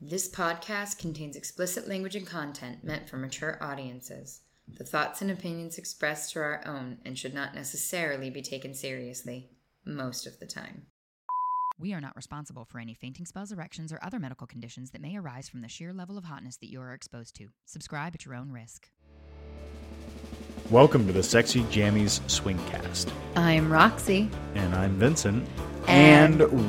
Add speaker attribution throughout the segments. Speaker 1: This podcast contains explicit language and content meant for mature audiences. The thoughts and opinions expressed are our own and should not necessarily be taken seriously, most of the time.
Speaker 2: We are not responsible for any fainting spells, erections, or other medical conditions that may arise from the sheer level of hotness that you are exposed to. Subscribe at your own risk.
Speaker 3: Welcome to the Sexy Jammies Swingcast.
Speaker 1: I'm Roxy.
Speaker 3: And I'm Vincent.
Speaker 1: Come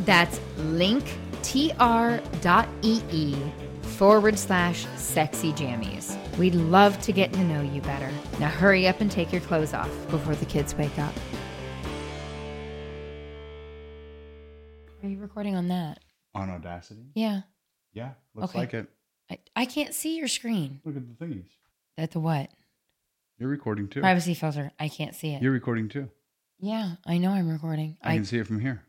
Speaker 1: That's linktr.ee E forward slash sexy jammies. We'd love to get to know you better. Now hurry up and take your clothes off before the kids wake up. Are you recording on that?
Speaker 3: On Audacity?
Speaker 1: Yeah.
Speaker 3: Yeah,
Speaker 1: looks Okay. like
Speaker 3: it.
Speaker 1: I, I can't see your screen.
Speaker 3: Look at the thingies.
Speaker 1: At the what?
Speaker 3: You're recording too.
Speaker 1: Privacy filter. I can't see it.
Speaker 3: recording too.
Speaker 1: yeah, I know I'm recording. I,
Speaker 4: see it from here.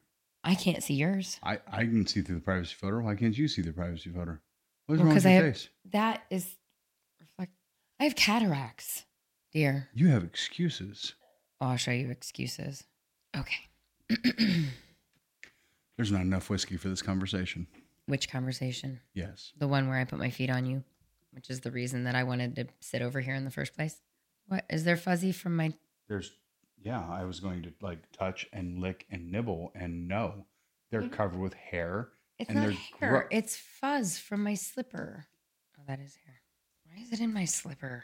Speaker 1: I can't see yours.
Speaker 4: I, I can see through the privacy filter. Why can't you see the privacy filter? What's
Speaker 1: Well,
Speaker 4: wrong
Speaker 1: 'cause
Speaker 4: with
Speaker 1: I
Speaker 4: your
Speaker 1: have-
Speaker 4: face?
Speaker 1: That is reflect. I have cataracts, dear.
Speaker 4: You have excuses.
Speaker 1: Oh, I'll show you excuses. Okay.
Speaker 4: There's not enough whiskey for this conversation.
Speaker 1: Which conversation?
Speaker 4: Yes.
Speaker 1: The one where I put my feet on you, which is the reason that I wanted to sit over here in the first place. What is there fuzzy from my?
Speaker 4: There's, yeah, I was going to like touch and lick and nibble, and no, they're covered with hair.
Speaker 1: It's
Speaker 4: And
Speaker 1: not
Speaker 4: they're
Speaker 1: hair.
Speaker 4: gro-
Speaker 1: It's fuzz from my slipper. Oh, that is hair. Why is it in my slipper?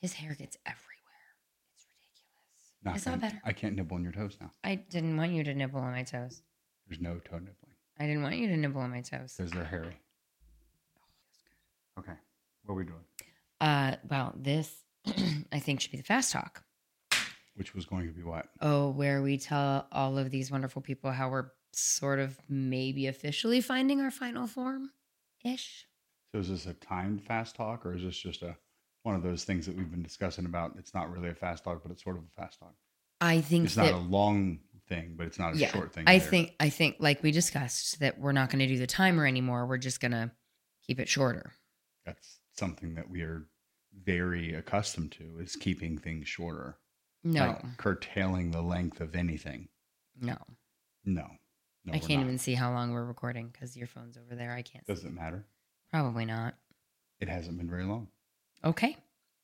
Speaker 1: His hair gets everywhere. It's ridiculous.
Speaker 4: Not
Speaker 1: it's not
Speaker 4: gonna-
Speaker 1: better.
Speaker 4: I can't nibble on your toes now.
Speaker 1: I didn't want you to nibble on my toes.
Speaker 4: There's no toe nibbling
Speaker 1: I didn't want you to nibble on my toes.
Speaker 4: because they're hairy.
Speaker 1: Oh,
Speaker 4: Okay. What are we doing?
Speaker 1: Uh, well, this I think should be the fast talk.
Speaker 4: Which was going to be what?
Speaker 1: Oh, where we tell all of these wonderful people how we're sort of maybe officially finding our final form ish.
Speaker 4: So is this a timed fast talk, or is this just a one of those things that we've been discussing about? It's not really a fast talk, but it's sort of a fast talk.
Speaker 1: I think
Speaker 4: It's
Speaker 1: that
Speaker 4: not a long thing, but it's not a
Speaker 1: yeah,
Speaker 4: short thing.
Speaker 1: I
Speaker 4: either.
Speaker 1: think I think like we discussed that we're not going to do the timer anymore. We're just going to keep it shorter.
Speaker 4: that's something that we are very accustomed to is keeping things shorter.
Speaker 1: No,
Speaker 4: Like curtailing the length of anything.
Speaker 1: no,
Speaker 4: No. No,
Speaker 1: I
Speaker 4: we're
Speaker 1: can't
Speaker 4: not.
Speaker 1: even see how long we're recording because your phone's over there. I can't. see.
Speaker 4: Doesn't matter.
Speaker 1: Probably not.
Speaker 4: It hasn't been very long.
Speaker 1: Okay,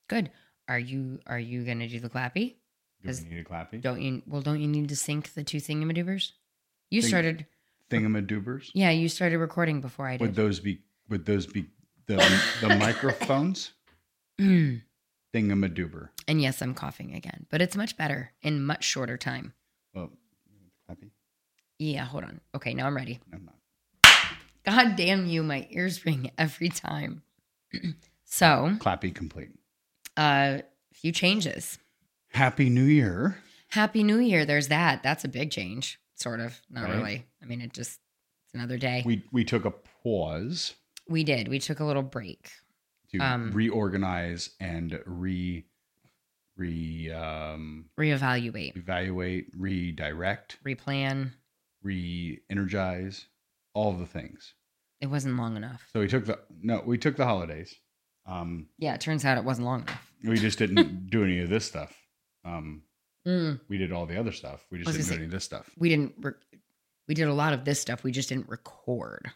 Speaker 1: good. Are you are you going to do the clappy?
Speaker 4: Do
Speaker 1: Does-
Speaker 4: we need a clappy?
Speaker 1: Don't you? Well, don't you need to sync the two thingamadoobers? You
Speaker 4: Thing-
Speaker 1: started.
Speaker 4: Thingamadoobers?
Speaker 1: Yeah, you started recording before I did.
Speaker 4: Would those be? Would those be the the microphones?
Speaker 1: Mm.
Speaker 4: Thingamadoober.
Speaker 1: and yes, I'm coughing again, but it's much better in much shorter time.
Speaker 4: Well, Oh, clappy.
Speaker 1: Yeah, hold on. Okay, now I'm ready.
Speaker 4: No, I'm not.
Speaker 1: God damn you, my ears ring every time. so,
Speaker 4: Clappy complete.
Speaker 1: uh, few changes.
Speaker 4: Happy New Year.
Speaker 1: Happy New Year. There's that. That's a big change, sort of. Not
Speaker 4: Right.
Speaker 1: really. I mean, it just it's another day. We,
Speaker 4: We we took a pause.
Speaker 1: did. We took a little break.
Speaker 4: to
Speaker 1: Um,
Speaker 4: reorganize and re re um,
Speaker 1: Reevaluate,
Speaker 4: evaluate, redirect,
Speaker 1: replan.
Speaker 4: re-energize, all the things.
Speaker 1: It wasn't long enough.
Speaker 4: So we took the no, we took the holidays. Um,
Speaker 1: Yeah, it turns out it wasn't long enough.
Speaker 4: we just didn't do any of this stuff. Um,
Speaker 1: Mm.
Speaker 4: we did all the other stuff. We
Speaker 1: I
Speaker 4: just
Speaker 1: was
Speaker 4: didn't do
Speaker 1: gonna
Speaker 4: any of this stuff.
Speaker 1: We didn't. Re- we did a lot of this stuff. We just didn't record.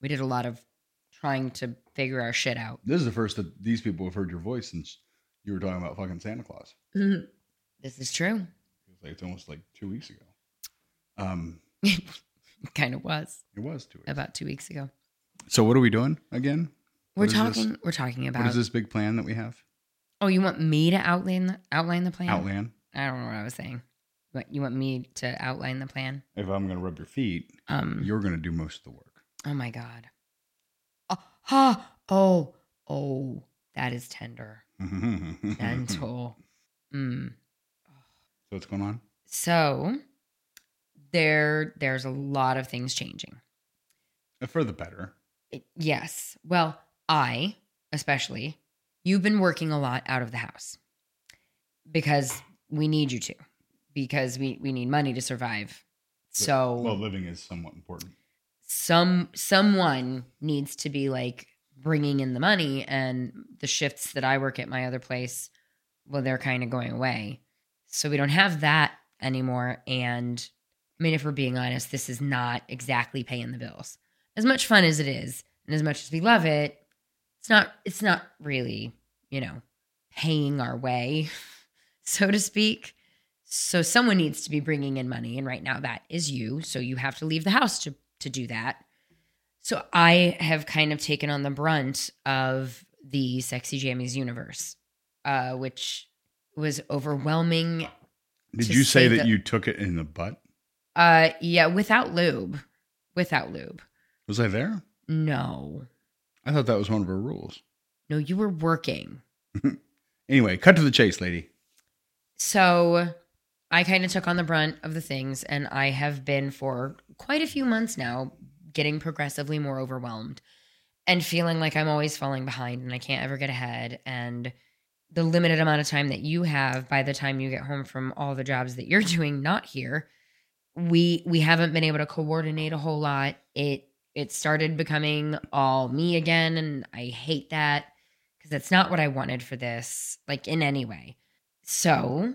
Speaker 1: We did a lot of trying to figure our shit out.
Speaker 4: This is the first that these people have heard your voice since you were talking about fucking Santa Claus.
Speaker 1: This is true.
Speaker 4: It was like, it's almost like two weeks ago. Um,
Speaker 1: it kind of was
Speaker 4: it was two weeks.
Speaker 1: about two weeks ago.
Speaker 4: So what are we doing again?
Speaker 1: We're
Speaker 4: What is this?
Speaker 1: talking. We're talking
Speaker 4: What
Speaker 1: about.
Speaker 4: is this big plan that we have?
Speaker 1: Oh, you want me to outline the, outline the plan?
Speaker 4: Outland.
Speaker 1: I don't know what I was saying. What you want me to outline the plan?
Speaker 4: if I'm going to rub your feet,
Speaker 1: Um.
Speaker 4: you're going to do most of the work.
Speaker 1: oh my god. Oh, ha! Oh, oh, that is tender,
Speaker 4: so
Speaker 1: gentle. mm.
Speaker 4: what's going on?
Speaker 1: So there, there's a lot of things changing.
Speaker 4: Uh, For the better.
Speaker 1: Yes. Well, I, especially, you've been working a lot out of the house because we need you to, because we, we need money to survive. So,
Speaker 4: well, living is somewhat important.
Speaker 1: some someone needs to be like bringing in the money and the shifts that I work at my other place well they're kind of going away so we don't have that anymore and I mean if we're being honest this is not exactly paying the bills as much fun as it is and as much as we love it it's not it's not really you know paying our way so to speak so someone needs to be bringing in money and right now that is you so you have to leave the house to to do that so i have kind of taken on the brunt of the sexy jammies universe uh which was overwhelming
Speaker 4: Did
Speaker 1: To
Speaker 4: you say
Speaker 1: say
Speaker 4: that,
Speaker 1: that-
Speaker 4: you took it in the butt?
Speaker 1: uh yeah without lube without lube
Speaker 4: Was I there?
Speaker 1: no
Speaker 4: I thought that was one of her rules.
Speaker 1: no you were working
Speaker 4: Anyway, cut to the chase, lady.
Speaker 1: so I kind of took on the brunt of the things, and I have been for quite a few months now getting progressively more overwhelmed and feeling like I'm always falling behind and I can't ever get ahead. And the limited amount of time that you have by the time you get home from all the jobs that you're doing not here we we haven't been able to coordinate a whole lot it it started becoming all me again and i hate that because that's not what i wanted for this like in any way so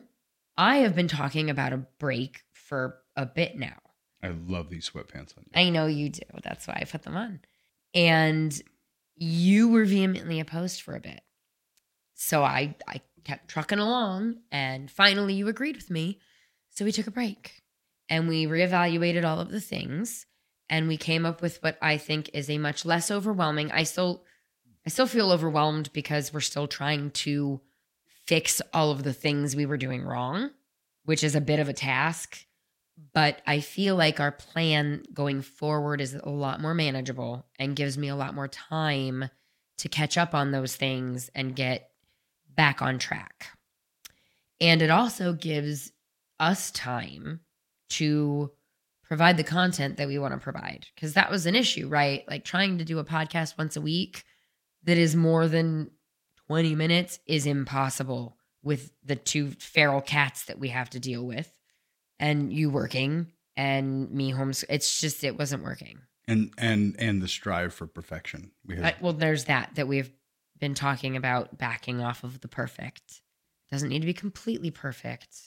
Speaker 1: I have been talking about a break for a bit now.
Speaker 4: I love these sweatpants on you.
Speaker 1: I know you do. That's why I put them on. And you were vehemently opposed for a bit. So I, I kept trucking along and finally you agreed with me. So we took a break and we reevaluated all of the things and we came up with what I think is a much less overwhelming. I still I still feel overwhelmed because we're still trying to fix all of the things we were doing wrong, which is a bit of a task but I feel like our plan going forward is a lot more manageable and gives me a lot more time to catch up on those things and get back on track. And it also gives us time to provide the content that we want to provide because that was an issue, right? Like trying to do a podcast once a week that is more than 20 minutes is impossible with the two feral cats that we have to deal with and you working and me homes it's just it wasn't working
Speaker 4: And and and the strive for perfection. We have
Speaker 1: I, well there's that that we've been talking about backing off of the perfect doesn't need to be completely perfect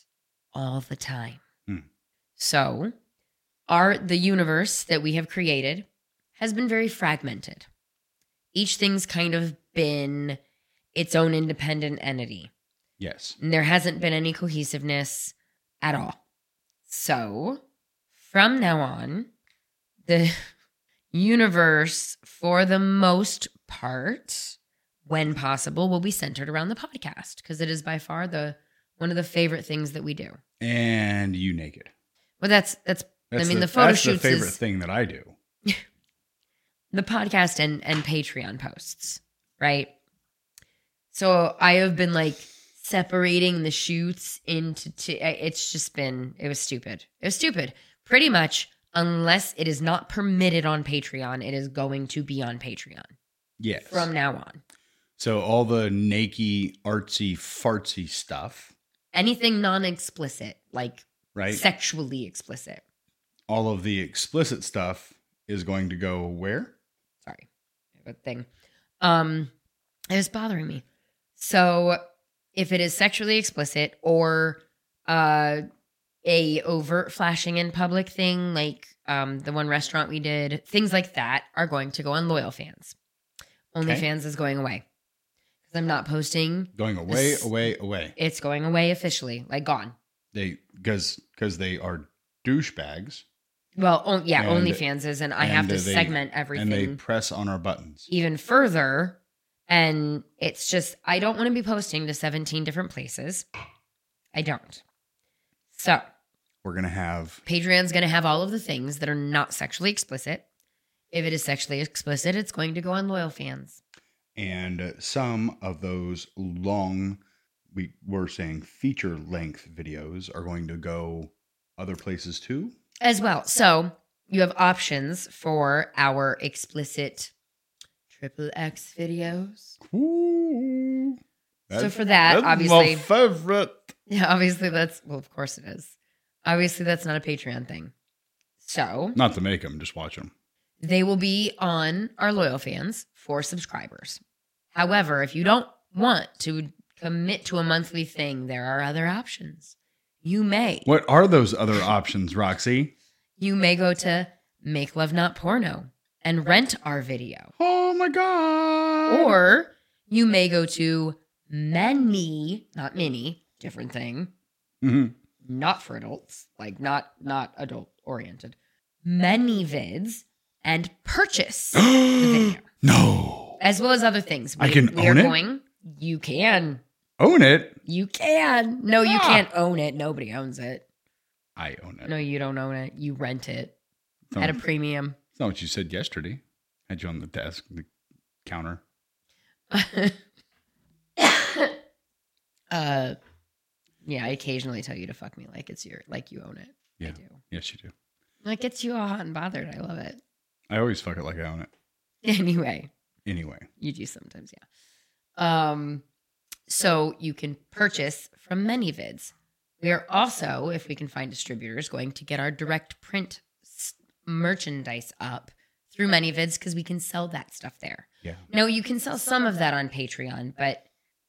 Speaker 1: all the time
Speaker 4: Hmm.
Speaker 1: so our the universe that we have created has been very fragmented each thing's kind of been its own independent entity
Speaker 4: yes.
Speaker 1: and there hasn't been any cohesiveness at all. So, from now on, the universe, for the most part, when possible, will be centered around the podcast because it is by far the one of the favorite things that we do.
Speaker 4: And you naked.
Speaker 1: Well, that's that's I mean, the photo
Speaker 4: that's
Speaker 1: shoots
Speaker 4: the favorite
Speaker 1: is-
Speaker 4: thing that I do.
Speaker 1: the podcast and and Patreon posts, right? So I have been like separating the shoots into two. It's just been it was stupid. It was stupid. Pretty much, unless it is not permitted on Patreon, it is going to be on Patreon
Speaker 4: Yes.
Speaker 1: from now on.
Speaker 4: so all the naked artsy fartsy stuff,
Speaker 1: Anything non-explicit, like
Speaker 4: right?
Speaker 1: sexually explicit.
Speaker 4: all of the explicit stuff is going to go where?
Speaker 1: sorry I have a thing um it was bothering me so if it is sexually explicit or uh a overt flashing in public thing like um the one restaurant we did things like that are going to go on loyal fans only
Speaker 4: Okay.
Speaker 1: fans is going away because i'm not posting
Speaker 4: Going away,
Speaker 1: This-
Speaker 4: away, away.
Speaker 1: it's going away officially like gone
Speaker 4: They because because they are douchebags
Speaker 1: well on, yeah
Speaker 4: And-
Speaker 1: only fans is and i have
Speaker 4: and,
Speaker 1: to
Speaker 4: uh, they-
Speaker 1: segment
Speaker 4: and
Speaker 1: everything
Speaker 4: they press on our buttons.
Speaker 1: even further. And it's just, I don't want to be posting to 17 different places. I don't. So,
Speaker 4: We're gonna have
Speaker 1: Patreon's going to have all of the things that are not sexually explicit. If it is sexually explicit, it's going to go on loyal fans.
Speaker 4: and uh, some of those long we were saying feature length videos are going to go other places too.
Speaker 1: as well. So you have options for our explicit Triple X videos.
Speaker 4: Cool.
Speaker 1: so for that, obviously,
Speaker 4: my favorite.
Speaker 1: yeah, obviously that's well, of course it is. Obviously, that's not a Patreon thing. So
Speaker 4: Not to make them, just watch them.
Speaker 1: they will be on our loyal fans for subscribers. However, if you don't want to commit to a monthly thing, there are other options. You may
Speaker 4: What are those other options, Roxy?
Speaker 1: you may go to Make Love Not Porno and rent our video.
Speaker 4: Oh my god!
Speaker 1: Or you may go to many, not many, different thing,
Speaker 4: Mhm.
Speaker 1: not for adults, like not not adult oriented. Many vids and purchase the video.
Speaker 4: no,
Speaker 1: As well as other things.
Speaker 4: I can own
Speaker 1: are
Speaker 4: it?
Speaker 1: going. You can.
Speaker 4: own it.
Speaker 1: You can. No, you
Speaker 4: Ah.
Speaker 1: can't own it. Nobody owns it.
Speaker 4: I own it.
Speaker 1: No, you don't own it. You rent it
Speaker 4: it's, not,
Speaker 1: at a premium.
Speaker 4: it's not what you said yesterday. Had you on the desk, the counter.
Speaker 1: uh yeah, I occasionally tell you to fuck me like it's your like you own it. I
Speaker 4: Yeah.
Speaker 1: do.
Speaker 4: Yes, you do.
Speaker 1: That gets you all hot and bothered. I love it.
Speaker 4: I always fuck it like I own it.
Speaker 1: Anyway,
Speaker 4: Anyway,
Speaker 1: you do sometimes, yeah. Um, so you can purchase from many vids. We are also, if we can find distributors, going to get our direct print s- merchandise up through many vids because we can sell that stuff there.
Speaker 4: yeah.
Speaker 1: No, you can sell some of that on Patreon, but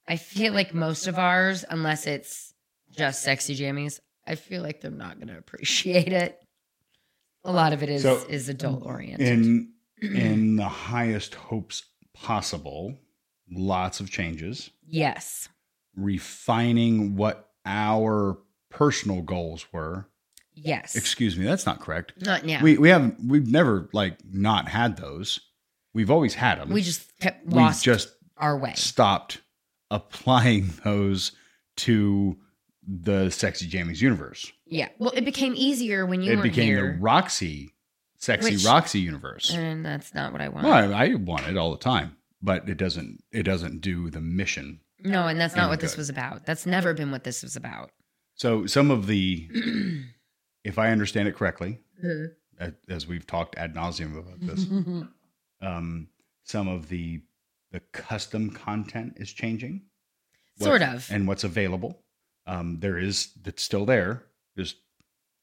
Speaker 1: I feel like most of ours, unless it's just sexy jammies, I feel like they're not going to appreciate it. A lot of it is
Speaker 4: So,
Speaker 1: is adult oriented.
Speaker 4: In in the highest hopes possible, lots of changes,
Speaker 1: yes.
Speaker 4: refining what our personal goals were.
Speaker 1: Yes.
Speaker 4: Excuse me, that's not correct.
Speaker 1: not now.
Speaker 4: We we haven't we've never like not had those. We've always had them.
Speaker 1: We just kept
Speaker 4: we
Speaker 1: lost
Speaker 4: just
Speaker 1: our way.
Speaker 4: stopped applying those to the sexy jammies universe.
Speaker 1: Yeah. Well, it became easier when you
Speaker 4: it
Speaker 1: weren't
Speaker 4: became
Speaker 1: here,
Speaker 4: the Roxy, sexy
Speaker 1: Which-
Speaker 4: Roxy universe.
Speaker 1: and that's not what I want.
Speaker 4: No, I, I want it all the time, but it doesn't. It doesn't do the mission.
Speaker 1: no, and that's not
Speaker 4: And
Speaker 1: what this
Speaker 4: good.
Speaker 1: was about. That's never been what this was about.
Speaker 4: So some of the, if I understand it correctly,
Speaker 1: Mhm.
Speaker 4: a- as we've talked ad nauseum about this, um, some of the the custom content is changing. What-
Speaker 1: Sort of.
Speaker 4: And what's available, um, there is that's still there. There's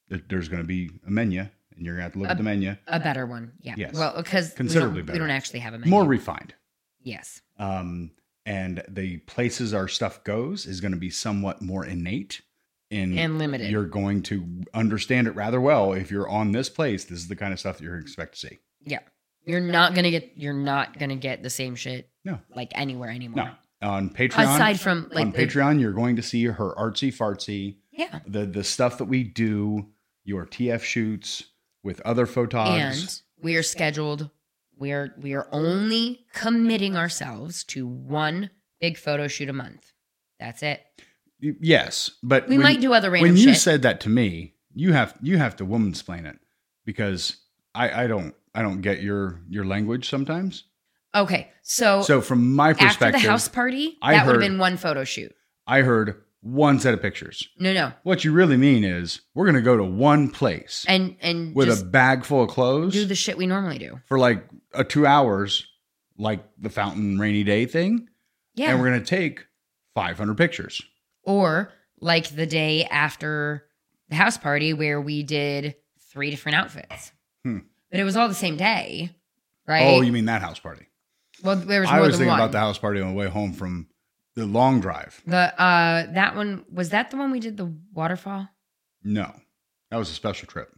Speaker 4: there- there's going to be a menu, and you're going to have to look at
Speaker 1: A-
Speaker 4: the menu.
Speaker 1: a better one. Yeah.
Speaker 4: Yes.
Speaker 1: Well, because
Speaker 4: Considerably
Speaker 1: we don't,
Speaker 4: better.
Speaker 1: We don't actually have a menu.
Speaker 4: More refined.
Speaker 1: yes.
Speaker 4: um, and the places our stuff goes is going to be somewhat more innate in
Speaker 1: And limited.
Speaker 4: Mm. You're going to understand it rather well if you're on this place. This is the kind of stuff that you're expect to see.
Speaker 1: Yeah. You're not gonna get. You're not gonna get the same shit.
Speaker 4: No.
Speaker 1: Like anywhere anymore.
Speaker 4: No, on Patreon.
Speaker 1: Aside from like
Speaker 4: on
Speaker 1: the-
Speaker 4: Patreon, you're going to see her artsy fartsy,
Speaker 1: Yeah.
Speaker 4: the the stuff that we do, your TF shoots with other photogs.
Speaker 1: and we are scheduled we are we are only committing ourselves to one big photo shoot a month that's it
Speaker 4: Y- yes, but
Speaker 1: we
Speaker 4: when-
Speaker 1: might do other random
Speaker 4: when you
Speaker 1: shit
Speaker 4: said that to me, you have you have to woman explain it because I, I don't I don't get your your language sometimes.
Speaker 1: okay so,
Speaker 4: so from my
Speaker 1: Oh, after the
Speaker 4: perspective,
Speaker 1: house party
Speaker 4: I
Speaker 1: that would have
Speaker 4: heard-
Speaker 1: been one photo shoot
Speaker 4: I heard one set of pictures.
Speaker 1: no no
Speaker 4: What you really mean is we're gonna go to one place
Speaker 1: and and
Speaker 4: with
Speaker 1: just
Speaker 4: a bag full of clothes
Speaker 1: do the shit we normally do
Speaker 4: for like a two hours, like the fountain rainy day thing,
Speaker 1: yeah
Speaker 4: and we're gonna take five hundred pictures.
Speaker 1: or like the day after the house party where we did three different outfits
Speaker 4: Hmm.
Speaker 1: but it was all the same day right
Speaker 4: Oh, you mean that house party?
Speaker 1: well there was more
Speaker 4: I was
Speaker 1: than
Speaker 4: thinking
Speaker 1: one.
Speaker 4: about the house party on the way home from the long drive.
Speaker 1: The uh that one was that the one we did the waterfall?
Speaker 4: No, that was a special trip.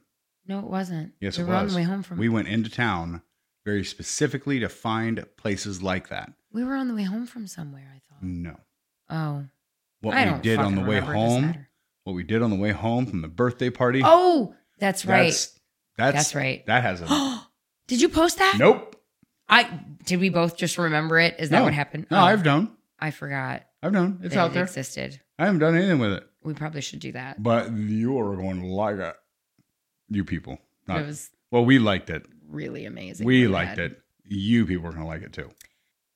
Speaker 1: No, it wasn't.
Speaker 4: Yes,
Speaker 1: we
Speaker 4: it
Speaker 1: were on
Speaker 4: was.
Speaker 1: the way home from.
Speaker 4: We went into town very specifically to find places like that.
Speaker 1: we were on the way home from somewhere. I thought.
Speaker 4: No.
Speaker 1: Oh,
Speaker 4: Mm. What
Speaker 1: I
Speaker 4: we
Speaker 1: don't
Speaker 4: did on
Speaker 1: fucking
Speaker 4: the way
Speaker 1: remember. It doesn't
Speaker 4: home,
Speaker 1: matter.
Speaker 4: what we did on the way home from the birthday party.
Speaker 1: Oh, that's right.
Speaker 4: That's,
Speaker 1: That's right.
Speaker 4: That has a
Speaker 1: did you post that?
Speaker 4: nope.
Speaker 1: I did. We both just remember it. Is that
Speaker 4: No.
Speaker 1: what happened?
Speaker 4: No,
Speaker 1: Oh,
Speaker 4: I've done.
Speaker 1: I forgot.
Speaker 4: I've done. It's
Speaker 1: that
Speaker 4: out
Speaker 1: it
Speaker 4: there.
Speaker 1: Existed.
Speaker 4: I haven't done anything with it.
Speaker 1: We probably should do that.
Speaker 4: But you are going to like it. You people. Not,
Speaker 1: it was
Speaker 4: well, we liked it.
Speaker 1: really amazing.
Speaker 4: We
Speaker 1: what
Speaker 4: liked
Speaker 1: had.
Speaker 4: it. You people are going to like it too.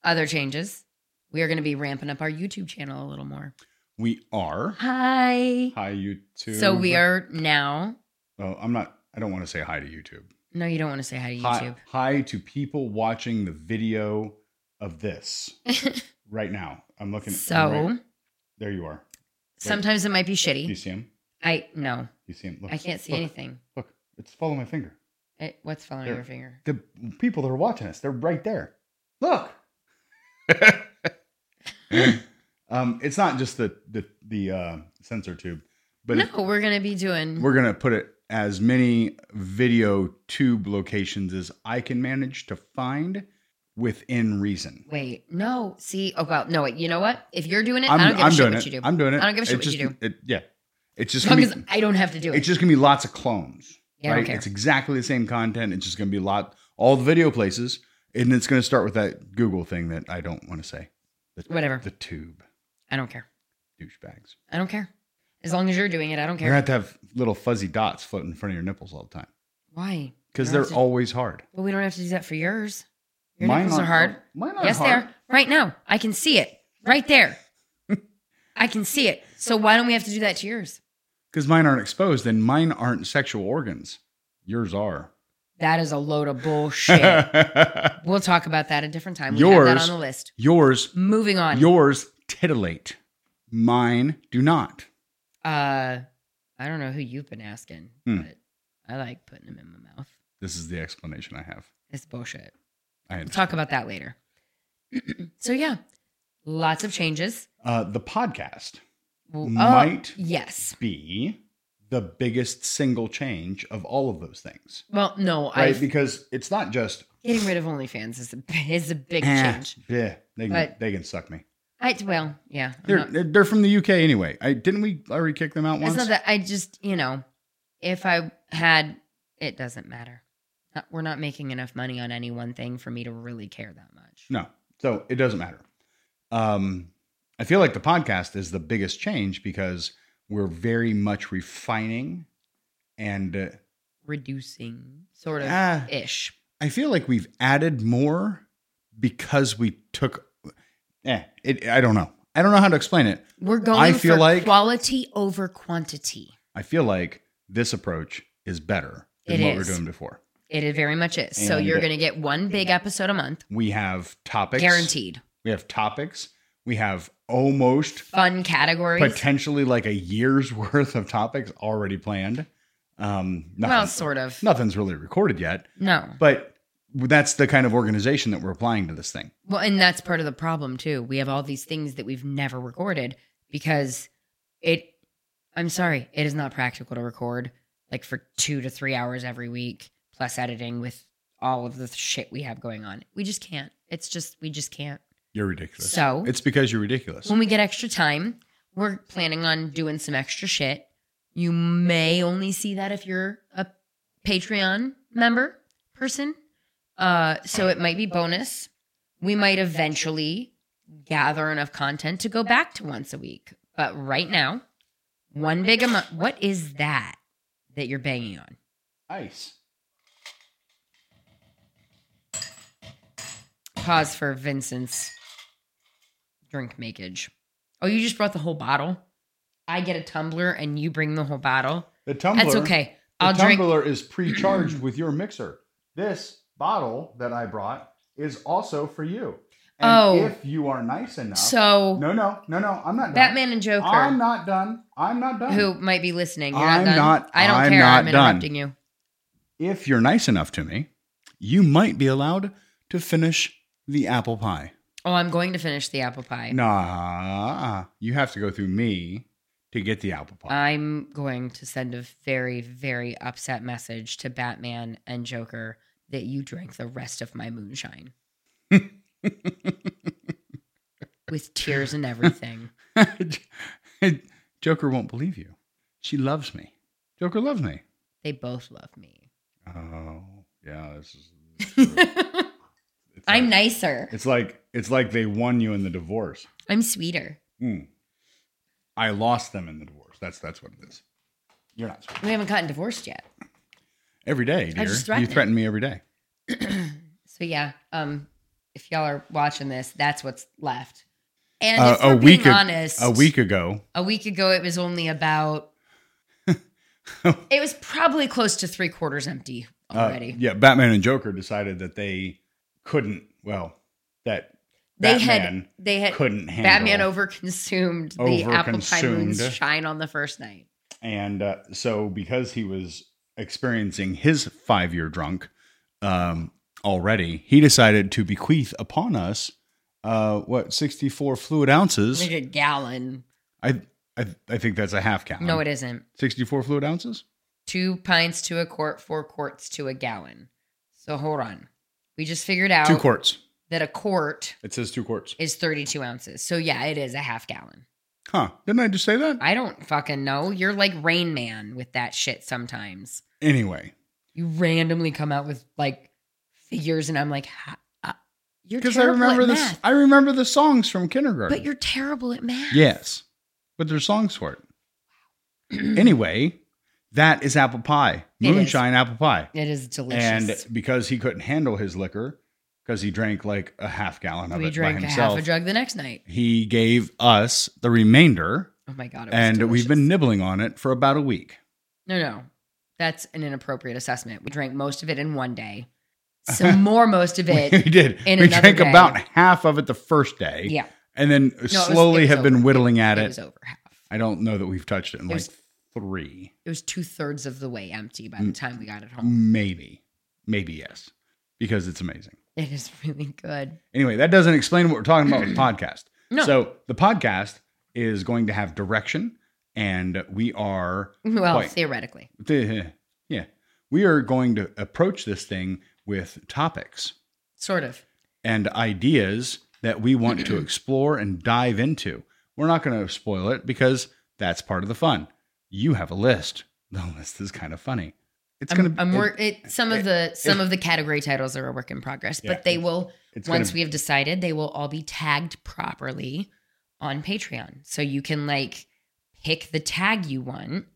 Speaker 1: Other changes. We are going to be ramping up our YouTube channel a little more.
Speaker 4: We are.
Speaker 1: Hi.
Speaker 4: Hi, YouTube.
Speaker 1: So we are now.
Speaker 4: Oh, I'm not. I don't want to say hi to YouTube.
Speaker 1: No, you don't want to say hi to YouTube.
Speaker 4: Hi, hi to people watching the video of this right now. I'm looking.
Speaker 1: so
Speaker 4: right- there you are.
Speaker 1: sometimes it might be
Speaker 4: Do you
Speaker 1: shitty.
Speaker 4: see him?
Speaker 1: I no,
Speaker 4: You see him? Look,
Speaker 1: I can't see
Speaker 4: look,
Speaker 1: anything.
Speaker 4: Look, it's follow my finger.
Speaker 1: It, what's following
Speaker 4: There.
Speaker 1: your finger?
Speaker 4: The people that are watching us, they're right there. Look. um, it's not just the the the uh, sensor tube, but
Speaker 1: no,
Speaker 4: it-
Speaker 1: we're gonna be doing.
Speaker 4: we're gonna put it as many video tube locations as I can manage to find within reason.
Speaker 1: Wait, no. See, oh well, no. Wait, you know what? If you're doing it,
Speaker 4: I'm,
Speaker 1: I don't give
Speaker 4: I'm
Speaker 1: a shit
Speaker 4: doing
Speaker 1: what
Speaker 4: it.
Speaker 1: you do.
Speaker 4: I'm doing it.
Speaker 1: I don't give a shit
Speaker 4: It's
Speaker 1: what you
Speaker 4: just- It, yeah, it's just
Speaker 1: as long
Speaker 4: gonna
Speaker 1: as
Speaker 4: be,
Speaker 1: I don't have to do it.
Speaker 4: it's just gonna be lots of clones.
Speaker 1: yeah, I
Speaker 4: right?
Speaker 1: don't care.
Speaker 4: It's exactly the same content. It's just going to be a lot, all the video places. And it's going to start with that Google thing that I don't want to say. The,
Speaker 1: Whatever.
Speaker 4: The tube.
Speaker 1: I don't care.
Speaker 4: Douchebags.
Speaker 1: I don't care. As long as you're doing it, I don't
Speaker 4: You're going to
Speaker 1: care.
Speaker 4: have to have little fuzzy dots floating in front of your nipples all the time
Speaker 1: Why?
Speaker 4: because
Speaker 1: You
Speaker 4: they're
Speaker 1: don't have to-
Speaker 4: always hard.
Speaker 1: Well, we don't have to do that for yours. Your
Speaker 4: Mine
Speaker 1: nipples are
Speaker 4: aren't-
Speaker 1: hard.
Speaker 4: Mine are
Speaker 1: yes, they
Speaker 4: hard.
Speaker 1: are. Right now, I can see it. Right there, I can see it. So why don't we have to do that to yours?
Speaker 4: Because mine aren't exposed and mine aren't sexual organs. Yours are.
Speaker 1: That is a load of bullshit. we'll talk about that a different time. We have that
Speaker 4: Yours-
Speaker 1: on the list.
Speaker 4: yours,
Speaker 1: Moving on.
Speaker 4: yours titillate. Mine do not.
Speaker 1: uh, I don't know who you've been asking,
Speaker 4: Hmm.
Speaker 1: but I like putting them in my mouth.
Speaker 4: This is the explanation I have.
Speaker 1: It's bullshit.
Speaker 4: I
Speaker 1: We'll
Speaker 4: understand.
Speaker 1: talk about that later. so yeah, lots of changes.
Speaker 4: Uh, the podcast.
Speaker 1: Well,
Speaker 4: Might.
Speaker 1: yes.
Speaker 4: be the biggest single change of all of those things.
Speaker 1: Well, no,
Speaker 4: Right?
Speaker 1: I
Speaker 4: because it's not just
Speaker 1: getting rid of OnlyFans is a, is a big
Speaker 4: "Eh,
Speaker 1: change.
Speaker 4: Yeah, they can,
Speaker 1: But-
Speaker 4: they can suck me.
Speaker 1: I well, yeah. I'm
Speaker 4: They're
Speaker 1: not-
Speaker 4: they're- they're from the UK anyway. I didn't we already kick them out once?
Speaker 1: it's not that I just you know, if I had, it doesn't matter. Not- We're not making enough money on any one thing for me to really care that much.
Speaker 4: no. So it doesn't matter. Um I feel like the podcast is the biggest change because we're very much refining and uh,
Speaker 1: Reducing sort of
Speaker 4: Ah.
Speaker 1: ish.
Speaker 4: I feel like we've added more because we took eh, it, I don't know. I don't know how to explain it.
Speaker 1: We're going
Speaker 4: I feel
Speaker 1: for
Speaker 4: like-
Speaker 1: quality over quantity.
Speaker 4: I feel like this approach is better than
Speaker 1: It
Speaker 4: what
Speaker 1: is.
Speaker 4: we're doing before.
Speaker 1: It very much is. so
Speaker 4: And-
Speaker 1: you're going to get one big episode a month,
Speaker 4: We have topics.
Speaker 1: guaranteed.
Speaker 4: We have topics. We have almost
Speaker 1: Fun categories.
Speaker 4: potentially like a year's worth of topics already planned. Um, nothing,
Speaker 1: well, sort of.
Speaker 4: nothing's really recorded yet,
Speaker 1: No.
Speaker 4: but that's the kind of organization that we're applying to this thing.
Speaker 1: Well, and that's part of the problem too. We have all these things that we've never recorded because it I'm sorry, it is not practical to record like for 2 to 3 hours every week plus editing with all of the shit we have going on. We just can't. It's just we just can't.
Speaker 4: You're ridiculous.
Speaker 1: So-
Speaker 4: it's because you're ridiculous.
Speaker 1: When we get extra time, we're planning on doing some extra shit. You may only see that if you're a Patreon member person. Uh, so it might be bonus. We might eventually gather enough content to go back to once a week. But right now, one big amount. What is that that you're banging on?
Speaker 4: Ice.
Speaker 1: Pause for Vincent's drink makeage. Oh, you just brought the whole bottle? I get a tumbler and you bring the whole bottle?
Speaker 4: The tumbler.
Speaker 1: That's okay.
Speaker 4: The
Speaker 1: I'll drink.
Speaker 4: tumbler is pre-charged with your mixer. This bottle that I brought is also for you. And
Speaker 1: Oh.
Speaker 4: if you are nice enough.
Speaker 1: So
Speaker 4: no, no, no, no. I'm not done.
Speaker 1: Batman and Joker,
Speaker 4: I'm not done. I'm not done.
Speaker 1: who might be listening, you're
Speaker 4: I'm
Speaker 1: not done.
Speaker 4: not-
Speaker 1: I don't
Speaker 4: I'm
Speaker 1: care.
Speaker 4: not
Speaker 1: I'm
Speaker 4: done.
Speaker 1: interrupting you.
Speaker 4: If you're nice enough to me, you might be allowed to finish the apple pie.
Speaker 1: Oh, I'm going to finish the apple pie.
Speaker 4: Nah, you have to go through me to get the apple pie.
Speaker 1: I'm going to send a very, very upset message to Batman and Joker that you drank the rest of my moonshine with tears and everything.
Speaker 4: Joker won't believe you. She loves me. Joker loves me.
Speaker 1: They both love me.
Speaker 4: Oh, yeah, this is It's
Speaker 1: I'm
Speaker 4: like,
Speaker 1: nicer.
Speaker 4: It's like it's like they won you in the divorce.
Speaker 1: I'm sweeter.
Speaker 4: Mm. I lost them in the divorce. That's that's what it is. You're not sweet.
Speaker 1: We haven't gotten divorced yet.
Speaker 4: every day, dear.
Speaker 1: just
Speaker 4: you
Speaker 1: threatened it.
Speaker 4: threaten me every day.
Speaker 1: So yeah, um, if y'all are watching this, that's what's left. And
Speaker 4: Uh,
Speaker 1: if we're
Speaker 4: a week
Speaker 1: being
Speaker 4: ag-
Speaker 1: honest,
Speaker 4: A week ago,
Speaker 1: a week ago, it was only about. it was probably close to three quarters empty
Speaker 4: uh,
Speaker 1: already.
Speaker 4: yeah, Batman and Joker decided that they couldn't. Well, that
Speaker 1: They
Speaker 4: Batman
Speaker 1: had they had
Speaker 4: couldn't handle
Speaker 1: Batman overconsumed the apple pie moon's
Speaker 4: Overconsumed.
Speaker 1: shine on the first night.
Speaker 4: And uh, so, because he was experiencing his five year drunk um, already, he decided to bequeath upon us uh, what sixty four fluid ounces.
Speaker 1: Like a gallon.
Speaker 4: I, I I think that's a half gallon.
Speaker 1: No, it isn't.
Speaker 4: sixty four fluid ounces.
Speaker 1: Two pints to a quart, four quarts to a gallon. So hold on. We just figured out
Speaker 4: Two quarts.
Speaker 1: that a quart
Speaker 4: It says two quarts.
Speaker 1: is 32 ounces. So yeah, it is a half gallon.
Speaker 4: Huh? Didn't I just say that?
Speaker 1: I don't fucking know. You're like Rain Man with that shit sometimes.
Speaker 4: Anyway,
Speaker 1: You randomly come out with like figures, and I'm like, "Ha- uh, you're
Speaker 4: because
Speaker 1: terrible
Speaker 4: I remember
Speaker 1: at
Speaker 4: this.
Speaker 1: math,
Speaker 4: I remember the songs from kindergarten.
Speaker 1: but you're terrible at math.
Speaker 4: Yes, but there's songs for it. anyway, that is apple pie,
Speaker 1: It is.
Speaker 4: moonshine apple pie.
Speaker 1: It is delicious.
Speaker 4: And because he couldn't handle his liquor, because he drank like a half gallon of
Speaker 1: we
Speaker 4: it
Speaker 1: drank
Speaker 4: by
Speaker 1: a
Speaker 4: himself,
Speaker 1: half a jug the next night.
Speaker 4: he gave us the remainder,
Speaker 1: Oh my god! It was
Speaker 4: and we've been
Speaker 1: delicious.
Speaker 4: nibbling on it for about a week.
Speaker 1: no, no. That's an inappropriate assessment. We drank most of it in one day. Some more, most of
Speaker 4: We
Speaker 1: it.
Speaker 4: did.
Speaker 1: in
Speaker 4: we
Speaker 1: another
Speaker 4: drank
Speaker 1: day.
Speaker 4: about half of it the first day,
Speaker 1: Yeah,
Speaker 4: and then
Speaker 1: was- it
Speaker 4: slowly
Speaker 1: was
Speaker 4: have been
Speaker 1: over.
Speaker 4: whittling at
Speaker 1: it
Speaker 4: it.
Speaker 1: was over half.
Speaker 4: I don't know that we've touched it
Speaker 1: It
Speaker 4: in like
Speaker 1: was-
Speaker 4: three,
Speaker 1: It was two thirds of the way empty by the
Speaker 4: Mm.
Speaker 1: time we got it home.
Speaker 4: maybe, maybe yes, because it's amazing.
Speaker 1: It is really good.
Speaker 4: Anyway, that doesn't explain what we're talking about with the podcast.
Speaker 1: No.
Speaker 4: So the podcast is going to have direction, and we are
Speaker 1: Well,
Speaker 4: Quite.
Speaker 1: theoretically.
Speaker 4: yeah, we are going to approach this thing with topics
Speaker 1: Sort of.
Speaker 4: and ideas that we want to explore and dive into. We're not going to spoil it because that's part of the fun. You have a list. The list is kind of funny. It's
Speaker 1: I'm,
Speaker 4: going to
Speaker 1: I'm wor- it, some
Speaker 4: it-
Speaker 1: of the some
Speaker 4: it-
Speaker 1: of the category titles are a work in progress,
Speaker 4: Yeah,
Speaker 1: but they
Speaker 4: it's-
Speaker 1: will
Speaker 4: it's
Speaker 1: once
Speaker 4: gonna,
Speaker 1: we have decided they will all be tagged properly on Patreon, so you can like pick the tag you want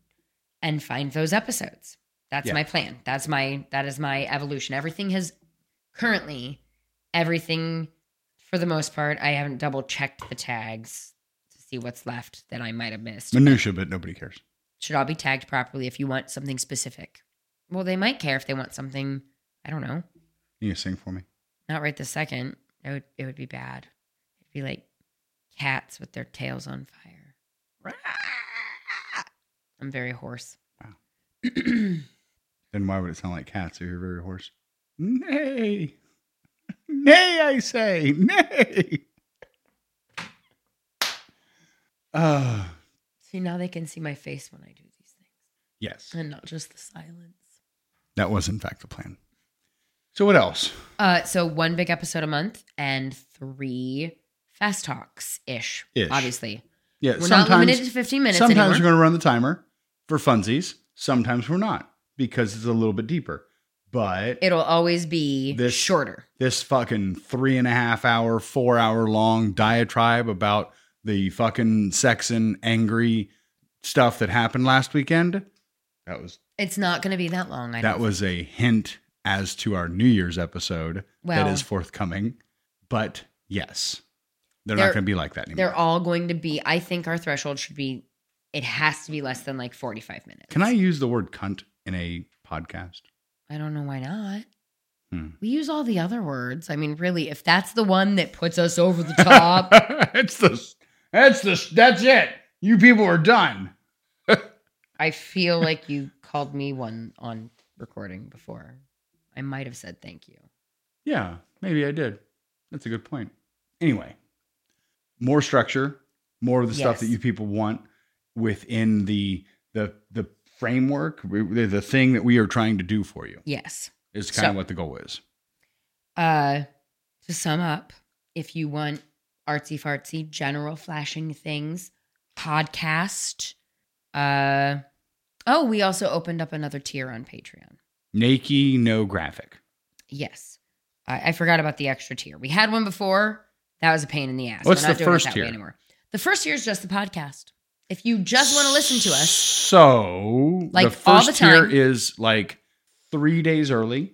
Speaker 1: and find those episodes. That's
Speaker 4: Yeah.
Speaker 1: my plan. That's my that is my evolution. Everything has currently everything for the most part. I haven't double checked the tags to see what's left that I might have missed.
Speaker 4: minutia, but nobody cares.
Speaker 1: should all be tagged properly if you want something specific. Well, they might care if they want something, I don't know,
Speaker 4: You can sing for me.
Speaker 1: not right this second. It would, it would be bad. It'd be like cats with their tails on fire. I'm very hoarse.
Speaker 4: Wow.
Speaker 1: Wow.
Speaker 4: Then why would it sound like cats if you're very hoarse? Nay. Nay, I say. Nay. Uh,
Speaker 1: see, now they can see my face when I do these things
Speaker 4: yes.
Speaker 1: and not just the silence.
Speaker 4: That was, in fact, the plan. So, what else?
Speaker 1: Uh, so one big episode a month and three fast talks ish.
Speaker 4: Ish.
Speaker 1: Obviously,
Speaker 4: Yeah,
Speaker 1: we're not limited to 15 minutes
Speaker 4: sometimes
Speaker 1: anymore.
Speaker 4: we're going to run the timer for funsies. Sometimes we're not because it's a little bit deeper. But
Speaker 1: It'll always be
Speaker 4: This-
Speaker 1: shorter.
Speaker 4: this fucking three and a half hour, four hour long diatribe about the fucking sex and angry stuff that happened last weekend. That was
Speaker 1: It's not going to be that long. I
Speaker 4: that
Speaker 1: don't
Speaker 4: was a hint as to our New Year's episode
Speaker 1: Well-
Speaker 4: that is forthcoming. But yes, they're,
Speaker 1: They're-
Speaker 4: not going to be like that anymore.
Speaker 1: They're all going to be. I think our threshold should be. It has to be less than like forty-five minutes.
Speaker 4: Can I use the word cunt in a podcast?
Speaker 1: I don't know why not.
Speaker 4: Hmm.
Speaker 1: We use all the other words. I mean, really, if that's the one that puts us over the top,
Speaker 4: it's the that's the that's it. You people are done.
Speaker 1: I feel like you called me one on recording before. I might have said thank you.
Speaker 4: Yeah, maybe I did. That's a good point. Anyway, more structure, more of the stuff
Speaker 1: Yes.
Speaker 4: that you people want within the the the framework, the the thing that we are trying to do for you
Speaker 1: Yes.
Speaker 4: is kind of
Speaker 1: So-
Speaker 4: what the goal is.
Speaker 1: Uh, to sum up, if you want artsy fartsy, general flashing things, podcast. Uh, oh, we also opened up another tier on Patreon.
Speaker 4: Nakey, no graphic.
Speaker 1: Yes, I, I forgot about the extra tier. We had one before. That was a pain in the ass.
Speaker 4: What's
Speaker 1: We're not
Speaker 4: the
Speaker 1: doing
Speaker 4: first
Speaker 1: it that
Speaker 4: tier?
Speaker 1: way anymore. The first tier is just the podcast. If you just want to listen to us,
Speaker 4: So
Speaker 1: Like,
Speaker 4: the first
Speaker 1: all the time.
Speaker 4: tier is like three days early.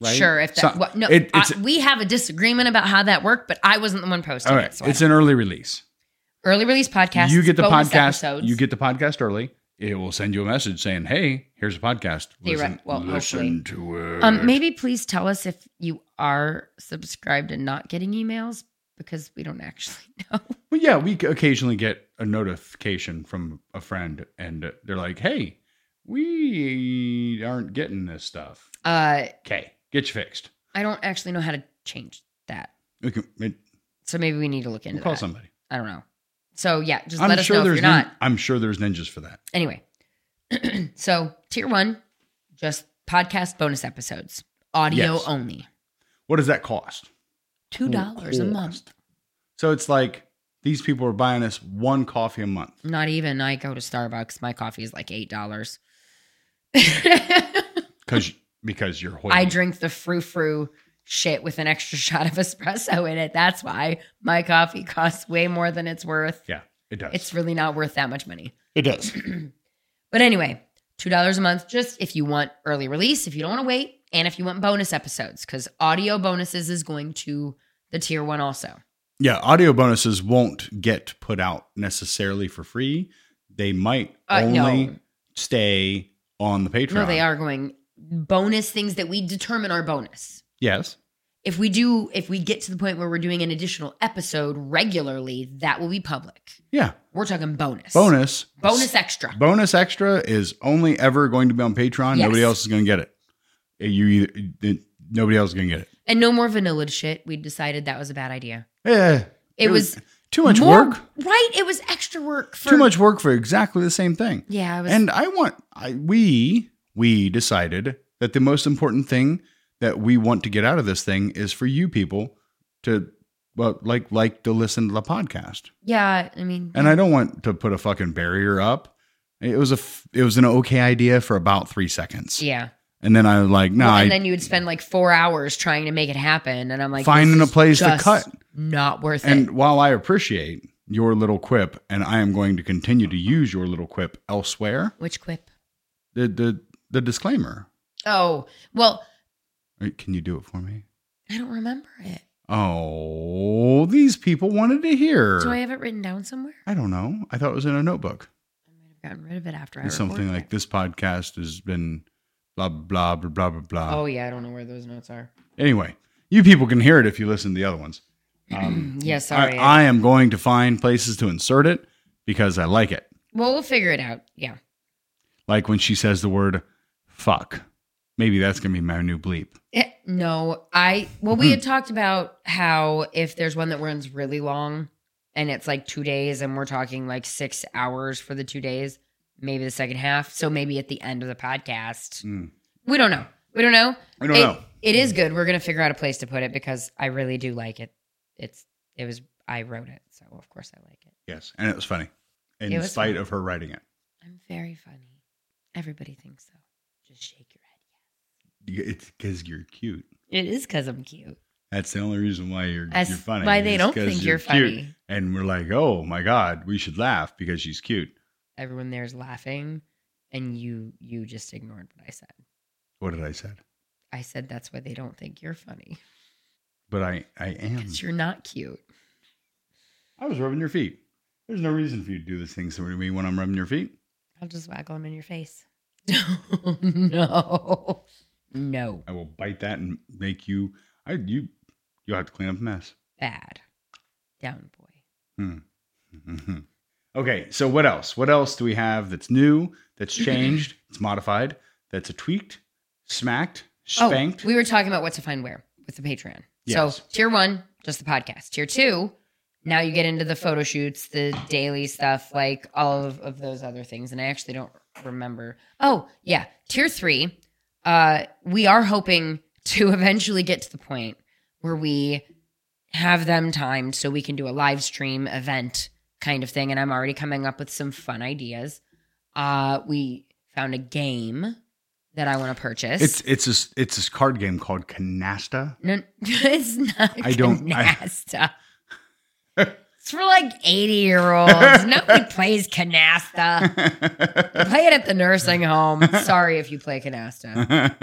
Speaker 4: Right?
Speaker 1: sure. If that
Speaker 4: Some-
Speaker 1: what- no,
Speaker 4: it- it's,
Speaker 1: I- we have a disagreement about how that worked, but I wasn't the one posting
Speaker 4: all right,
Speaker 1: it. So I
Speaker 4: it's
Speaker 1: don't-
Speaker 4: an early release.
Speaker 1: early release podcast.
Speaker 4: you get the
Speaker 1: bonus
Speaker 4: podcast.
Speaker 1: episodes.
Speaker 4: You get the podcast early. It will send you a message saying, "Hey, here's a podcast.
Speaker 1: Theoret-
Speaker 4: Listen,
Speaker 1: well,
Speaker 4: listen to it."
Speaker 1: Um, maybe please tell us if you are subscribed and not getting emails because we don't actually know.
Speaker 4: Well, yeah, we occasionally get a notification from a friend, and they're like, "Hey, we aren't getting this stuff."
Speaker 1: Uh,
Speaker 4: Okay, get you fixed.
Speaker 1: I don't actually know how to change that.
Speaker 4: We can we-
Speaker 1: So maybe we need to look into
Speaker 4: we'll call
Speaker 1: that.
Speaker 4: somebody.
Speaker 1: I don't know. So yeah, just
Speaker 4: I'm
Speaker 1: let us
Speaker 4: sure
Speaker 1: know if you're
Speaker 4: there's nin-
Speaker 1: not.
Speaker 4: I'm sure there's ninjas for that.
Speaker 1: Anyway, so tier one, just podcast bonus episodes, audio
Speaker 4: Yes.
Speaker 1: only,
Speaker 4: What does that cost?
Speaker 1: two dollars a month.
Speaker 4: Cost. So it's like these people are buying us one coffee a month.
Speaker 1: Not even. I go to Starbucks. My coffee is like eight dollars.
Speaker 4: Cause because you're hoity.
Speaker 1: I drink the frou frou shit with an extra shot of espresso in it. That's why my coffee costs way more than it's worth.
Speaker 4: Yeah, it does.
Speaker 1: It's really not worth that much money.
Speaker 4: it does.
Speaker 1: But anyway, $2 a month just if you want early release, if you don't want to wait, and if you want bonus episodes, because audio bonuses is going to the tier one also.
Speaker 4: yeah, audio bonuses won't get put out necessarily for free. They might
Speaker 1: Uh, no.
Speaker 4: only stay on the Patreon.
Speaker 1: No, they are going bonus things that we determine are bonus.
Speaker 4: Yes.
Speaker 1: If we do, if we get to the point where we're doing an additional episode regularly, that will be public.
Speaker 4: Yeah.
Speaker 1: We're talking bonus.
Speaker 4: Bonus.
Speaker 1: Bonus extra.
Speaker 4: Bonus extra is only ever going to be on Patreon.
Speaker 1: Yes.
Speaker 4: Nobody else is going to get it. Uh, You either, nobody else is going to get it.
Speaker 1: and no more vanilla shit. We decided that was a bad idea.
Speaker 4: Yeah.
Speaker 1: It, was,
Speaker 4: Eh, too much
Speaker 1: more-
Speaker 4: work.
Speaker 1: Right? It was extra work for
Speaker 4: too much work for exactly the same thing.
Speaker 1: Yeah, it was
Speaker 4: And I want I we we decided that the most important thing that we want to get out of this thing is for you people to well like like to listen to the podcast.
Speaker 1: yeah, I mean
Speaker 4: And I don't want to put a fucking barrier up. It was a f- it was an okay idea for about 3 seconds.
Speaker 1: Yeah.
Speaker 4: And then I was like, "No,
Speaker 1: Well,
Speaker 4: I
Speaker 1: and then you would spend like four hours trying to make it happen, and I'm like
Speaker 4: finding a
Speaker 1: this is
Speaker 4: place to
Speaker 1: just
Speaker 4: cut."
Speaker 1: Not worth
Speaker 4: And
Speaker 1: it.
Speaker 4: while I appreciate your little quip and I am going to continue to use your little quip elsewhere,
Speaker 1: Which quip?
Speaker 4: the the the disclaimer.
Speaker 1: Oh well,
Speaker 4: Can you do it for me?
Speaker 1: I don't remember it.
Speaker 4: Oh, these people wanted to hear.
Speaker 1: Do I have it written down somewhere?
Speaker 4: I don't know. I thought it was in a notebook.
Speaker 1: I might have gotten rid of it after I
Speaker 4: It's something
Speaker 1: recorded
Speaker 4: like
Speaker 1: it.
Speaker 4: this podcast has been blah blah blah blah blah blah.
Speaker 1: Oh yeah, I don't know where those notes are.
Speaker 4: Anyway, you people can hear it if you listen to the other ones. Um,
Speaker 1: Yeah, sorry.
Speaker 4: I, I am going to find places to insert it because I like it.
Speaker 1: well, we'll figure it out. Yeah.
Speaker 4: Like when she says the word "fuck." Maybe that's gonna be my new bleep.
Speaker 1: Eh, No, I well, we had talked about how if there's one that runs really long and it's like two days and we're talking like six hours for the two days, maybe the second half. So maybe at the end of the podcast.
Speaker 4: Mm.
Speaker 1: We don't know. We don't know.
Speaker 4: I don't
Speaker 1: It-
Speaker 4: know.
Speaker 1: It is good. We're gonna figure out a place to put it because I really do like it. It's it was I wrote it, so of course I like it.
Speaker 4: Yes, and it was funny, in
Speaker 1: It was
Speaker 4: spite
Speaker 1: funny.
Speaker 4: of her writing it.
Speaker 1: I'm very funny. Everybody thinks so. Just shake your head.
Speaker 4: It's because you're cute.
Speaker 1: It is because I'm cute.
Speaker 4: That's the only reason why you're,
Speaker 1: That's
Speaker 4: you're funny.
Speaker 1: why they
Speaker 4: is
Speaker 1: don't
Speaker 4: 'cause
Speaker 1: think you're
Speaker 4: cute.
Speaker 1: funny.
Speaker 4: And we're like, oh my god, we should laugh because she's cute.
Speaker 1: everyone there's laughing and you you just ignored what i said
Speaker 4: What did I said?
Speaker 1: i said that's why they don't think you're funny
Speaker 4: But I, I am.
Speaker 1: because you're not cute
Speaker 4: I was rubbing your feet. There's no reason for you to do this thing to me when I'm rubbing your feet.
Speaker 1: i'll just waggle them in your face no no
Speaker 4: I will bite that and make you. I you, you'll have to clean up the mess.
Speaker 1: bad down boy
Speaker 4: Mhm. okay, so what else? What else do we have that's new? That's changed? it's modified? That's a tweaked, smacked, spanked?
Speaker 1: oh we were talking about what to find where with the patreon
Speaker 4: Yes.
Speaker 1: so tier one just the podcast tier two now you get into the photo shoots the daily stuff like all of, of those other things and i actually don't remember oh yeah tier three uh we are hoping to eventually get to the point where we have them timed so we can do a live stream event kind of thing and i'm already coming up with some fun ideas uh we found a game that i want to purchase
Speaker 4: it's it's this it's this card game called Canasta.
Speaker 1: no, it's not.
Speaker 4: I don't- I-
Speaker 1: Canasta. it's for like eighty-year-olds. Nobody plays canasta. Play it at the nursing home. Sorry if you play canasta.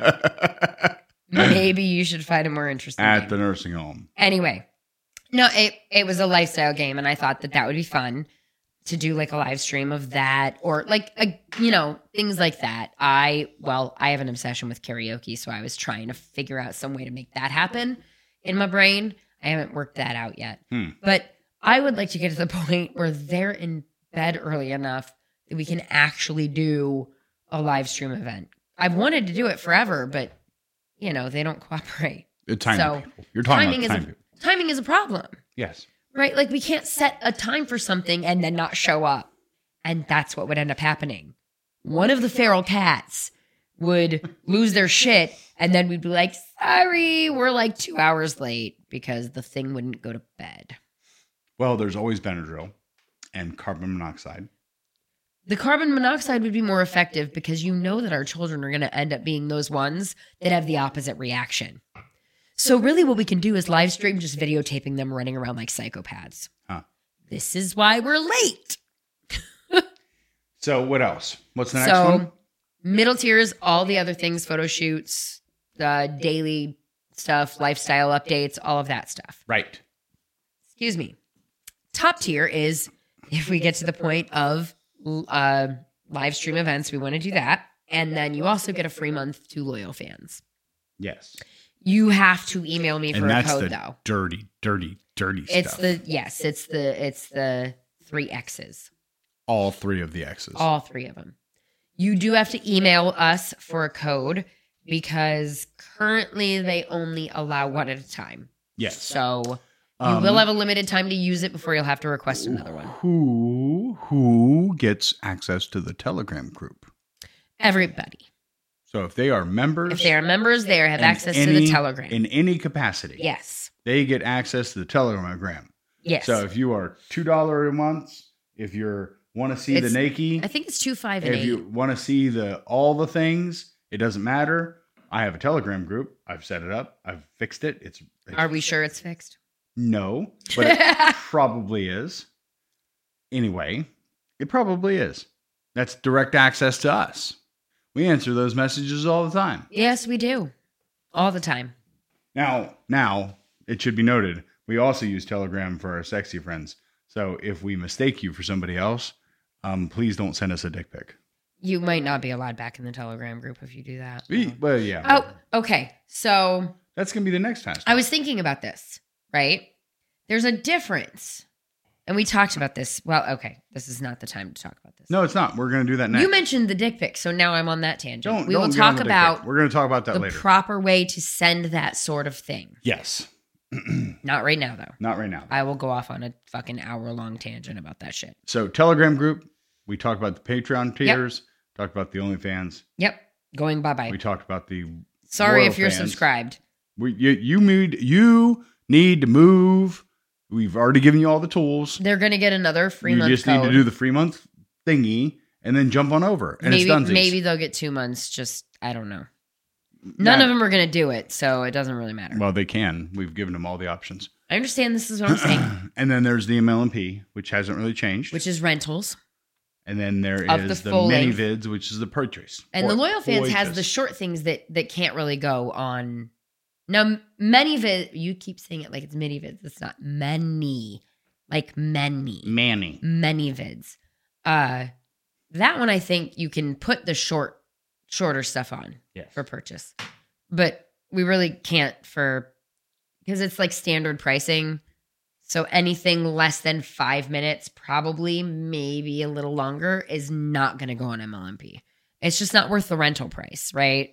Speaker 4: at
Speaker 1: Maybe you should find a more interesting.
Speaker 4: the
Speaker 1: game.
Speaker 4: nursing home.
Speaker 1: anyway, no, it it was a lifestyle game, and I thought that that would be fun to do like a live stream of that or like a, you know things like that. I well, I have an obsession with karaoke, so I was trying to figure out some way to make that happen in my brain. I haven't worked that out yet.
Speaker 4: Hmm.
Speaker 1: But I would like to get to the point where they're in bed early enough that we can actually do a live stream event. I've wanted to do it forever, but you know, they don't cooperate.
Speaker 4: Uh, Time.
Speaker 1: So,
Speaker 4: people. You're talking
Speaker 1: timing
Speaker 4: about
Speaker 1: is a-
Speaker 4: time. people.
Speaker 1: Timing is a problem,
Speaker 4: yes.
Speaker 1: right? Like we can't set a time for something and then not show up. And that's what would end up happening. One of the feral cats would lose their shit and then we'd be like, "Sorry, we're like 2 hours late because the thing wouldn't go to bed."
Speaker 4: Well, there's always Benadryl and carbon monoxide.
Speaker 1: The carbon monoxide would be more effective because you know that our children are going to end up being those ones that have the opposite reaction. So, really, what we can do is live stream just videotaping them running around like psychopaths.
Speaker 4: Huh.
Speaker 1: This is why we're late.
Speaker 4: So what else? What's the next
Speaker 1: so,
Speaker 4: one?
Speaker 1: middle tiers, all the other things, photo shoots, uh, daily stuff, lifestyle updates, all of that stuff.
Speaker 4: Right.
Speaker 1: excuse me. Top tier is if we get to the point of uh, live stream events, we want to do that. And then you also get a free month to loyal fans.
Speaker 4: Yes.
Speaker 1: You have to email me for
Speaker 4: And
Speaker 1: a
Speaker 4: that's the
Speaker 1: code though.
Speaker 4: dirty, dirty, dirty
Speaker 1: It's
Speaker 4: stuff.
Speaker 1: the yes, it's the it's the three X's,
Speaker 4: All three of the X's.
Speaker 1: all three of them. You do have to email us for a code because currently they only allow one at a time.
Speaker 4: yes.
Speaker 1: So you
Speaker 4: Um,
Speaker 1: will have a limited time to use it before you'll have to request another one.
Speaker 4: Who who gets access to the Telegram group?
Speaker 1: Everybody.
Speaker 4: So if they are members,
Speaker 1: If they are members there, have
Speaker 4: in
Speaker 1: access to
Speaker 4: any-
Speaker 1: the Telegram.
Speaker 4: in any capacity,
Speaker 1: yes.
Speaker 4: they get access to the Telegram.
Speaker 1: Yes.
Speaker 4: So if you are two dollar a month, if you're want to see
Speaker 1: It's-
Speaker 4: the Nike,
Speaker 1: I think it's two, five, and
Speaker 4: if
Speaker 1: eight.
Speaker 4: you want to see the all the things, it doesn't matter. I have a Telegram group. I've set it up. I've fixed it. It's, it's
Speaker 1: are we sure it's fixed?
Speaker 4: no, but it probably is. Anyway, it probably is. That's direct access to us. We answer those messages all the time.
Speaker 1: yes, we do. All the time.
Speaker 4: Now, now it should be noted we also use Telegram for our sexy friends. So if we mistake you for somebody else, um, please don't send us a dick pic.
Speaker 1: You might not be allowed back in the Telegram group if you do that.
Speaker 4: We- Well, yeah,
Speaker 1: Oh, okay. So
Speaker 4: that's gonna be the next task.
Speaker 1: I was thinking about this, right? There's a difference. And we talked about this. Well, okay. This is not the time to talk about this.
Speaker 4: no, it's not. We're gonna do that next.
Speaker 1: You mentioned the dick pic, so now I'm on that tangent.
Speaker 4: don't.
Speaker 1: we
Speaker 4: don't
Speaker 1: will
Speaker 4: get on
Speaker 1: talk
Speaker 4: the dick pic.
Speaker 1: about
Speaker 4: We're gonna talk about that
Speaker 1: the
Speaker 4: later.
Speaker 1: proper way to send that sort of thing.
Speaker 4: yes.
Speaker 1: Not right now, though.
Speaker 4: Not right now.
Speaker 1: I will go off on a fucking hour long tangent about that shit.
Speaker 4: So Telegram group, we talked about the Patreon tiers, talked about the OnlyFans,
Speaker 1: Yep. Going bye bye.
Speaker 4: we talked about the
Speaker 1: Sorry
Speaker 4: Royal
Speaker 1: if you're
Speaker 4: fans.
Speaker 1: subscribed.
Speaker 4: we, you you need you need to move. We've already given you all the tools.
Speaker 1: They're gonna get another free
Speaker 4: you
Speaker 1: month
Speaker 4: just
Speaker 1: code.
Speaker 4: need to do the free month thingy and then jump on over, and
Speaker 1: maybe
Speaker 4: it's done.
Speaker 1: maybe they'll get two months. Just I don't know. None of them are gonna do it, so it doesn't really matter.
Speaker 4: Well, they can. We've given them all the options.
Speaker 1: I understand this is what I'm saying,
Speaker 4: and then there's the MLMP, which hasn't really changed.
Speaker 1: which is rentals,
Speaker 4: and then there
Speaker 1: of
Speaker 4: is
Speaker 1: the
Speaker 4: the,
Speaker 1: full
Speaker 4: mini
Speaker 1: length.
Speaker 4: vids, which is the purchase.
Speaker 1: and
Speaker 4: Or
Speaker 1: the loyal fans has the
Speaker 4: purchase.
Speaker 1: short things that that can't really go on. Now many vid you keep saying it like it's many vids. It's not many, like many.
Speaker 4: Manny.
Speaker 1: many vids. Uh that one I think you can put the short shorter stuff on
Speaker 4: Yes.
Speaker 1: for purchase. But we really can't for because it's like standard pricing. So anything less than 5 minutes, probably maybe a little longer is not going to go on MLMP. It's just not worth the rental price, right?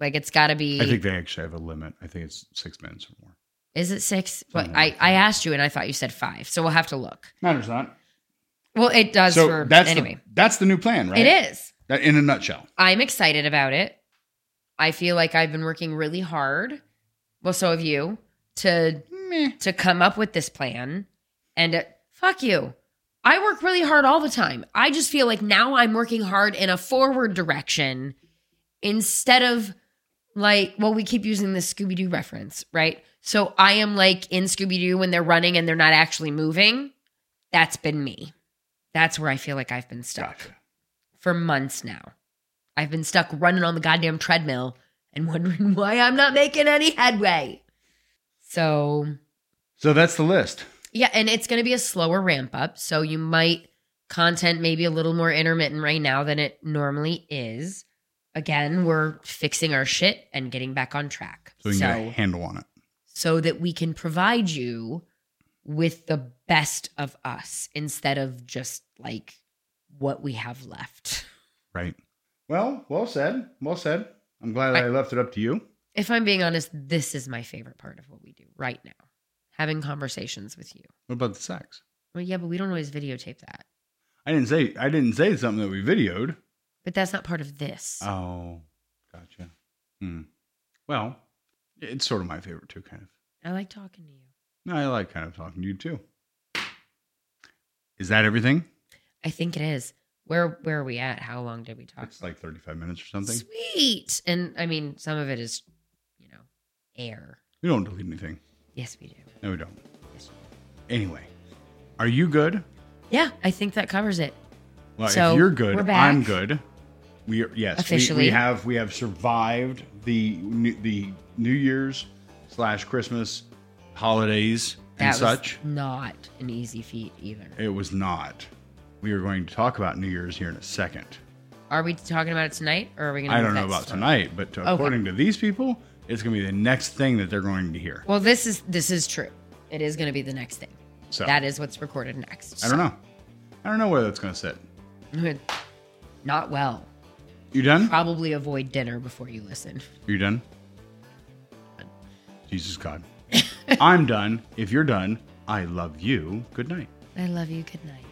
Speaker 1: Like it's got to be
Speaker 4: I think they actually have a limit. I think it's six minutes or more.
Speaker 1: is it 6? But
Speaker 4: Something
Speaker 1: I
Speaker 4: like that.
Speaker 1: I asked you and I thought you said 5. So we'll have to look.
Speaker 4: Matters not.
Speaker 1: Well, it does
Speaker 4: so
Speaker 1: for
Speaker 4: that's
Speaker 1: anyway.
Speaker 4: the, that's the new plan, right?
Speaker 1: It is.
Speaker 4: That, in a nutshell.
Speaker 1: I'm excited about it. I feel like I've been working really hard. Well, so have you to to come up with this plan. And uh, fuck you. I work really hard all the time. I just feel like now I'm working hard in a forward direction instead of like, well, we keep using this Scooby Doo reference, right? So I am like in Scooby Doo when they're running and they're not actually moving. That's been me. That's where I feel like I've been stuck
Speaker 4: Gotcha.
Speaker 1: for months now. I've been stuck running on the goddamn treadmill and wondering why I'm not making any headway. So,
Speaker 4: So that's the list.
Speaker 1: yeah, and it's going to be a slower ramp up. So, you might content maybe a little more intermittent right now than it normally is. Again, we're fixing our shit and getting back on track.
Speaker 4: So we can get a handle on it.
Speaker 1: so that we can provide you with the best of us instead of just like what we have left.
Speaker 4: Right. Well, well said. Well said. I'm glad I, left it up to you.
Speaker 1: If I'm being honest, this is my favorite part of what we do right now having conversations with you.
Speaker 4: What about the sex?
Speaker 1: Well, yeah, but we don't always videotape that.
Speaker 4: I didn't say I didn't say something that we videoed.
Speaker 1: But that's not part of this.
Speaker 4: Oh, gotcha. Hmm. Well, it's sort of my favorite too, kind of.
Speaker 1: I like talking to you.
Speaker 4: No, I like kind of talking to you too. Is that everything?
Speaker 1: I think it is. Where where are we at? How long did we talk?
Speaker 4: It's like 35 minutes or something.
Speaker 1: Sweet. And I mean, some of it is, you know, air.
Speaker 4: We don't delete anything.
Speaker 1: Yes, we do.
Speaker 4: No, we don't. Anyway, are you good?
Speaker 1: Yeah, I think that covers it.
Speaker 4: Well,
Speaker 1: So,
Speaker 4: if you're good,
Speaker 1: we're back.
Speaker 4: I'm good. We are, yes, we- We,
Speaker 1: Officially.
Speaker 4: have we have survived the new, the New Year's slash Christmas holidays and
Speaker 1: That
Speaker 4: such.
Speaker 1: was not an easy feat either.
Speaker 4: It was not. We are going to talk about New Year's here in a second.
Speaker 1: Are we talking about it tonight, or are we going to?
Speaker 4: I don't know about tonight, but to,
Speaker 1: Okay.
Speaker 4: according to these people, it's going to be the next thing that they're going to hear.
Speaker 1: Well, this is this is true. It is going to be the next thing.
Speaker 4: So
Speaker 1: That is what's recorded next.
Speaker 4: I don't know. I don't know where that's going to sit.
Speaker 1: know. Not well.
Speaker 4: You done?
Speaker 1: Probably avoid dinner before you listen.
Speaker 4: You're done? Jesus God. I'm done. If you're done, I love you. Good night.
Speaker 1: I love you. Good night.